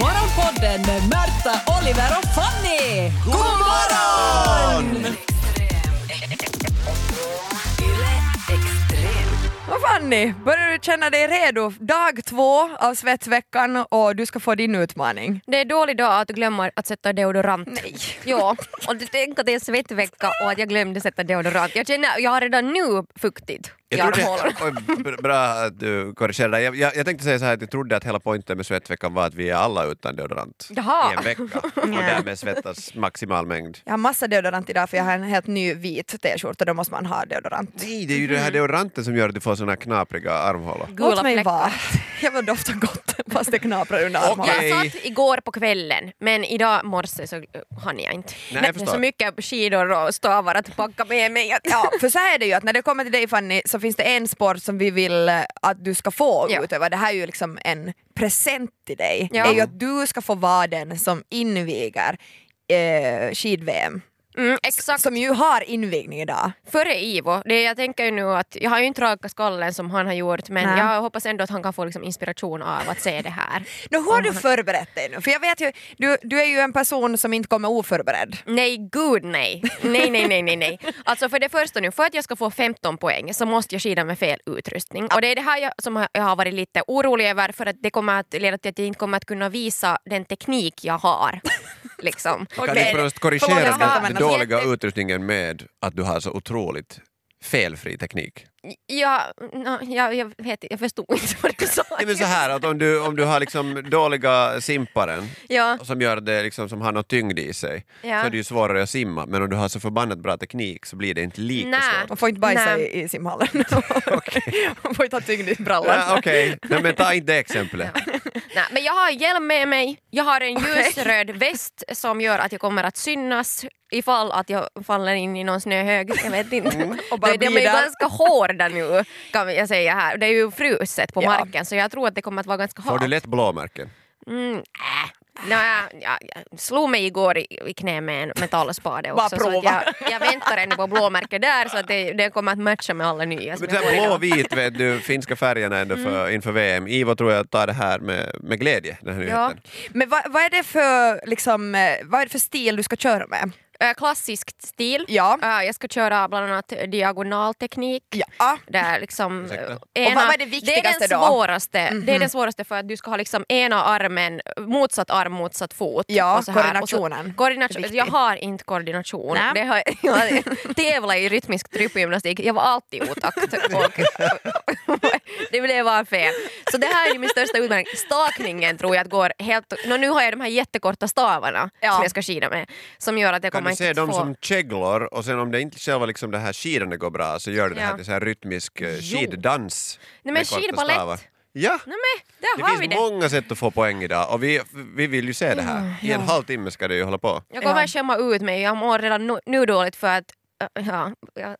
Morgonpodden med Märta, Oliver och Fanny! God morgon! Vad Fanny, börjar du känna dig redo? Dag två av svetsveckan och du ska få din utmaning. Det är dålig dag att du glömmer att sätta deodorant. Nej. Ja, och du tänker att det är svettvecka och att jag glömde sätta deodorant. Jag känner, jag har redan nu fuktigt i Jag armhålorna. trodde, Oj, b- bra att du korrigerade. Jag, jag, jag tänkte säga så här att jag trodde att hela poängen med svettveckan var att vi är alla utan deodorant Jaha. i en vecka och därmed svettas maximal mängd. Jag har massa deodorant idag för jag har en helt ny vit t-skjorta, då måste man ha deodorant. Nej, det är ju Mm. den här deodoranten som gör att du får såna här knapriga armhålor. Gula Låt mig fläckar. vara. Jag vill dofta gott fast det knaprar under armarna. Okej. Jag satt igår på kvällen men idag morse så eh, hann jag inte. jag Det är förstår. så mycket skidor och stavar att packa med mig. Jag- Ja, för så här är det ju att när det kommer till dig Fanny så finns det en sport som vi vill eh, att du ska få Ja. utöva. Det här är ju liksom en present till dig. Ja. Det är ju att du ska få vara den som inviger eh, skid-VM. Mm, exakt. Som ju har invigning idag. Före Ivo, det jag tänker ju nu att jag har ju inte rakat skallen som han har gjort men Nej. jag hoppas ändå att han kan få liksom inspiration av att se det här. Nå, hur har du förberett dig nu? För jag vet ju, du, du är ju en person som inte kommer oförberedd. Nej, gud nej. Nej, nej, nej, nej, nej. Alltså för det första nu, för att jag ska få 15 poäng så måste jag skida med fel utrustning. Och det är det här jag, som har- jag har varit lite orolig över för att det kommer att leda till att jag inte kommer att kunna visa den teknik jag har. Liksom. Kan Okej. du först Förlåt, jag korrigera ska den använda dåliga jätte- utrustningen med att du har så otroligt felfri teknik? Jag, nå, jag, jag, vet, jag förstod inte vad du sa. Nej, men så här, att om du, om du har liksom dåliga simparen Ja, som, gör det liksom, som har något tyngd i sig Ja. så är det ju svårare att simma men om du har så förbannat bra teknik så blir det inte lika Nä. svårt. Man får inte bajsa Nej. i, i simhallen. Man får inte ha tyngd i brallan. Ja, Okej, Nej, men ta inte det exemplet. nej, men jag har hjälm med mig, jag har en ljusröd väst som gör att jag kommer att synas ifall att jag faller in i någon snöhög. Jag vet inte. Mm. Och bara De, de är blir ju där. ganska hårda nu kan jag säga här. Det är ju fruset på Ja. marken så jag tror att det kommer att vara ganska Får halt. du lätt blåmärken? Mm, äh. Nå, jag, jag, jag slog mig igår i, i knä med en metallspade Bara också. Så att prova. jag, jag väntar ändå på blåmärke där så att det, det kommer att matcha med alla nya. som Men det jag får här blå idag. och vit, vet du, finska färgerna ändå för, Mm. inför VM. Ivo tror jag tar det här med, med glädje, den här Ja. nyheten. Men vad, vad, är det för, liksom, eh, vad är det för stil du ska köra med? Äh, Klassisk stil. Ja. Äh, Jag ska köra bland annat diagonalteknik. ja. Där liksom, Ursäkta. eh, Och vad- vad är det viktigaste är den då? Mhm. svåraste, Det är den svåraste för att du ska ha liksom ena armen, motsatt arm, motsatt fot. Ja, och så här. koordinationen. Och så, koordination. Det är viktigt. Jag har inte koordination. Nej. Det har, jag tävlade i rytmisk tryckgymnastik, jag var alltid i otakt. Och, det blev bara fel. Så det här är ju min största utmaning. Stakningen tror jag att går helt... Nå, nu har jag de här jättekorta stavarna Ja. som jag ska skida med. Som gör att jag Kan kommer du inte se att de få... som käglor och sen om det inte själva liksom det här skidandet går bra så gör du det här Ja. till så här rytmisk eh, Jo. skiddans. men med korta skidbalett. stavar. Ja, Nej, men, där det har vi finns det. Mm, många sätt att få poäng idag och vi, vi vill ju se det här. I en halvtimme ska det ju hålla på. Jag kommer Ja. att skämma ut mig, jag mår redan nu, nu dåligt för att äh, ja,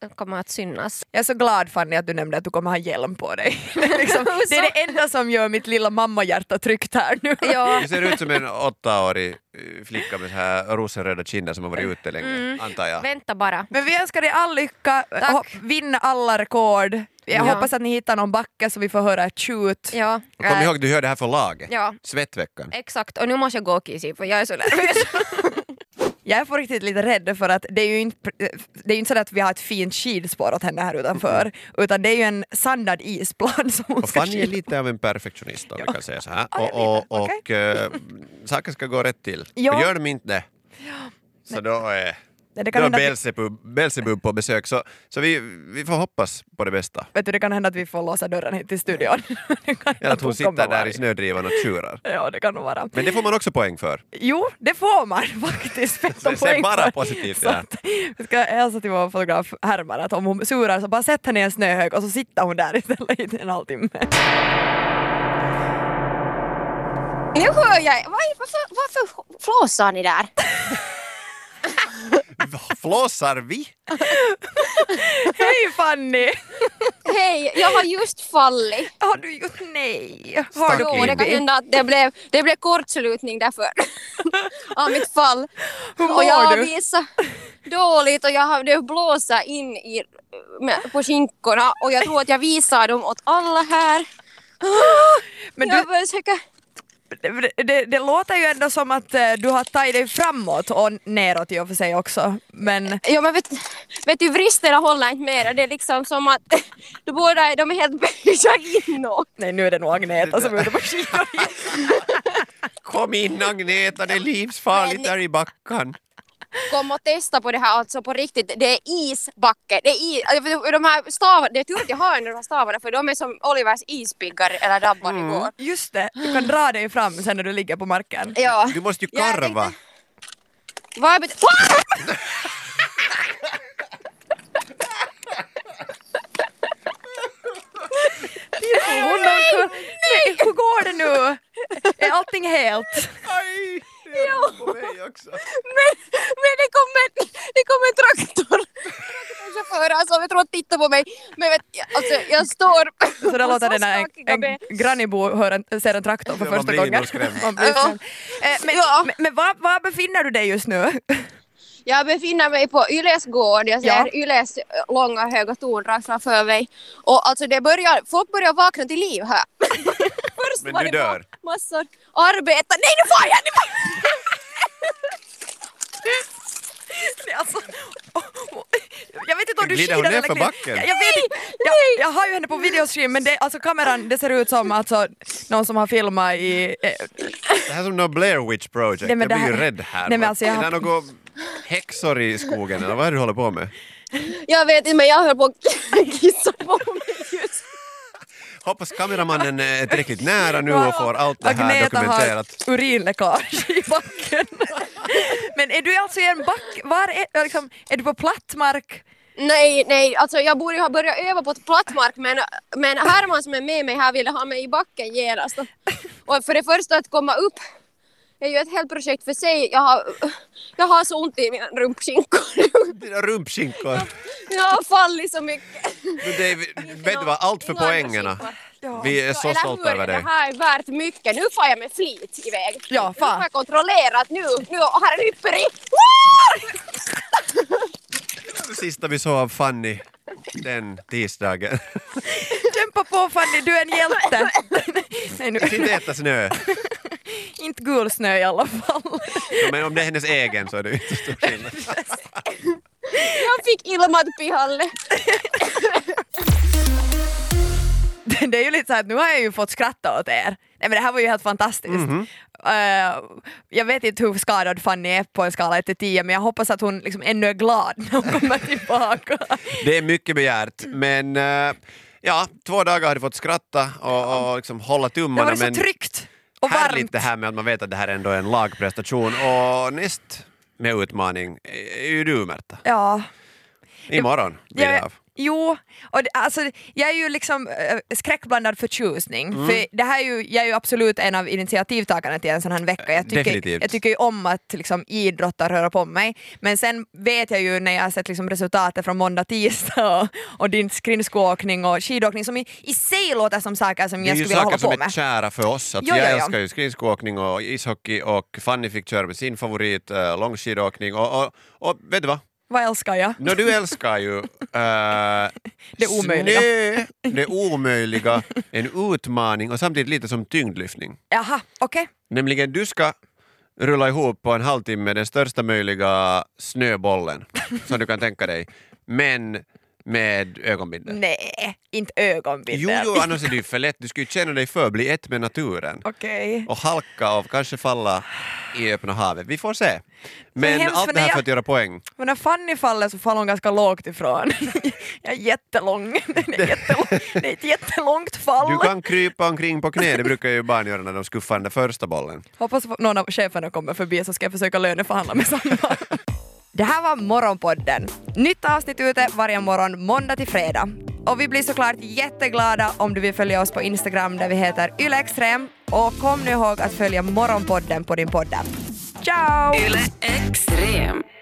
jag kommer att synas. Jag är så glad Fanny att du nämnde att du kommer ha hjälm på dig. Det är liksom, det är det enda som gör mitt lilla mammahjärta tryggt här nu. Ja, Du ser ut som en åttaårig eh, flicka med så här rosenröda kinder som har Mm. varit ute länge, antar jag. vänta bara. Men vi önskar dig all lycka, Hopp- vinn alla rekord. Jag Ja. hoppas att ni hittar någon backe så vi får höra ett tjut. Ja, Och kom äh, ihåg, du gör det här för laget. Ja. Svettveckan. exakt. Och nu måste jag gå och kissa för jag är så nervös. Jag får riktigt lite rädd för att det är ju inte, det är ju inte så att vi har ett fint skidspår åt henne här utanför Mm. utan det är ju en sandad isplan som hon Och ska Fanny är skida. lite av en perfektionist om vi kan säga så här. Ja, jag Och, vet det. och, och eh, saker ska gå rätt till. Ja. För Gör de inte det, så då är, Nej, Det då kan hända är att vi, Belzebub, Belzebub på besök. Så, så vi, vi får hoppas på det bästa. vet du, det kan hända att vi får låsa dörren hit till studion. Det kan Eller hända att kommer hon sitter där vara- i snödrivan och tjurar. Ja, det kan nog vara. Men det får man också poäng för. Jo, det får man faktiskt. Så 15 se poäng bara för. positivt Så där. att, jag ska hälsa till vår fotograf Herman att om hon surar så bara sätt henne i en snöhög och så sitter hon där istället i en halvtimme. Nu hör jag Var, varför, varför flåsar ni där? Flåsar vi? Hej Fanny! Hej, jag har just fallit. Har du gjort nej? Har du Stack Jo, det kan in. hända att det blev, det blev kortslutning därför. Av mitt fall. Hur mår och jag du? avvisar dåligt och jag har det blåsa in i, med, på skinkorna och jag tror att jag visar dem åt alla här. Men jag du, börjar försöka det, det, det låter ju ändå som att eh, du har tagit dig framåt och neråt i och för sig också. Men Ja men vet, vet du, vristerna håller inte mer. Det är liksom som att de båda är- de är helt böjda inåt. nej, nu är det nog Agneta som är ute på skidor. Kom in Agneta, det är livsfarligt Men- där i backan. Kom och testa på det här alltså på riktigt. Det är isbacke. Det är is, de här stavarna, det är tur att jag har de här stavarna för de är som Olivers ispiggar eller dabbar Mm. igår. Just det, du kan dra dig fram sen när du ligger på marken. Ja. Du måste ju Ja, jag karva. tänkte- Vad bet- Hon nej, nej, hur går det nu? Är allting helt? Aj! Det är på mig också. men, men det kom en, det kom en traktor. Traktorchaufför alltså, jag tror att titta på mig. Men vet, alltså, jag står Så där på låter det när skakiga en, ben. en grannibo hör en, ser en traktor för Ja, man första blir nog gången. skrämd. Man blir Ja. skrämd. Eh, Men, Ja. men, men var, var befinner du dig just nu? Jag befinner mig på Yles gård. Jag ser Ja. Yles långa höga torn rakt framför mig. Och alltså det börjar, folk börjar vakna till liv här. Först Men var du det ma- dör. massor arbeta. Nej nu får jag! Nu får jag! Nej, Alltså, oh, oh, jag vet inte om du Glider skidar hon eller nerför glider. backen? Jag, jag, vet, inte. jag, jag har ju henne på videostream men det, alltså, kameran det ser ut som alltså, någon som har filmat i... Eh, Det här är som någon Blair Witch Project. Nej, men jag det blir ju här- rädd här. Nej, men alltså, jag är har- det några häxor i skogen eller vad är det du håller på med? Jag vet inte men jag höll på att kissa på mig just Hoppas kameramannen är tillräckligt nära nu och får allt det här Agneta dokumenterat. har urinläckage i backen. men är du alltså i en back? Var är, liksom, är du på platt mark? Nej, nej, alltså jag borde ju ha börjat öva på ett plattmark men, men Herman som är med mig här ville ha mig i backen genast. Och för det första att komma upp är ju ett helt projekt för sig. Jag har, jag har så ont i mina rumpskinkor. Dina rumpskinkor. Jag har fallit så mycket. Du, David, vet du vad, allt för Inga andra poängerna. skinkor. Ja. Vi är så Eller stolta hur? över dig. Det här är värt mycket. Nu får jag med flit iväg. Ja, Nu fan. har jag kontrollerat. Nu, nu har jag ryperi. Det sista vi såg av Fanny den tisdagen. Kämpa på Fanny, du är en hjälte! Nej, nu, Inte äta snö. inte gul snö i alla fall. Ja, Men om det är hennes egen så är det ju inte så stor skillnad. Jag fick ilmat pihalle. det det är ju lite så här att nu har jag ju fått skratta åt er. Nej men det här var ju helt fantastiskt. Eh, jag vet inte hur skadad Fanny är på en skala 1 till 10 men jag hoppas att hon liksom ännu är glad när hon kommer tillbaka. Det är mycket begärt, men eh, ja, två dagar har du fått skratta och, och liksom hålla Det tummarna. var så men tryggt och härligt varmt. det här med att man vet att det här ändå är en lagprestation. Och näst med utmaning är ju du Märta. Ja. Imorgon blir det Jag- av. Jo, och det, alltså, jag är ju liksom äh, skräckblandad förtjusning. Mm. För det här är ju, jag är ju absolut en av initiativtagarna till en sån här vecka. Jag tycker, Definitivt. jag tycker ju om att liksom, idrottar rör på mig. Men sen vet jag ju när jag har sett liksom, resultatet från måndag, tisdag och, och din skridskoåkning och skidåkning som i, i sig låter som saker som Det är jag ju skulle vilja saker hålla som på är med. kära för oss. Att Jo, jag jo, jo. älskar ju skridskoåkning och ishockey och Fanny fick köra med sin favorit eh, långskidåkning. Och, och, och vet du vad? Vad älskar jag? Nå, du älskar ju eh, Det omöjliga. snö, det omöjliga, en utmaning och samtidigt lite som tyngdlyftning. Jaha, okej. Nämligen du ska rulla ihop på en halvtimme den största möjliga snöbollen som du kan tänka dig, men med ögonbindel. Nej, inte Jo, ögonbindel. jo, annars är det ju för lätt. Du skulle ju känna dig för, bli ett med naturen Okej. och halka och kanske falla i öppna havet. Vi får se. Men hemskt, allt men det här jag- för att göra poäng. Men när Fanny faller så faller hon ganska lågt ifrån. Jag är jättelång. Det är, jättelång. Det är ett jättelångt fall. Du kan krypa omkring på knä, det brukar ju barn göra när de skuffar den där första bollen. Hoppas någon av cheferna kommer förbi så ska jag försöka löneförhandla med Sanna. Det här var Morgonpodden. Nytt avsnitt ute varje morgon måndag till fredag. Och vi blir såklart jätteglada om du vill följa oss på Instagram där vi heter ylextrem. Och kom nu ihåg att följa Morgonpodden på din poddapp. Ciao! Yle Extrem.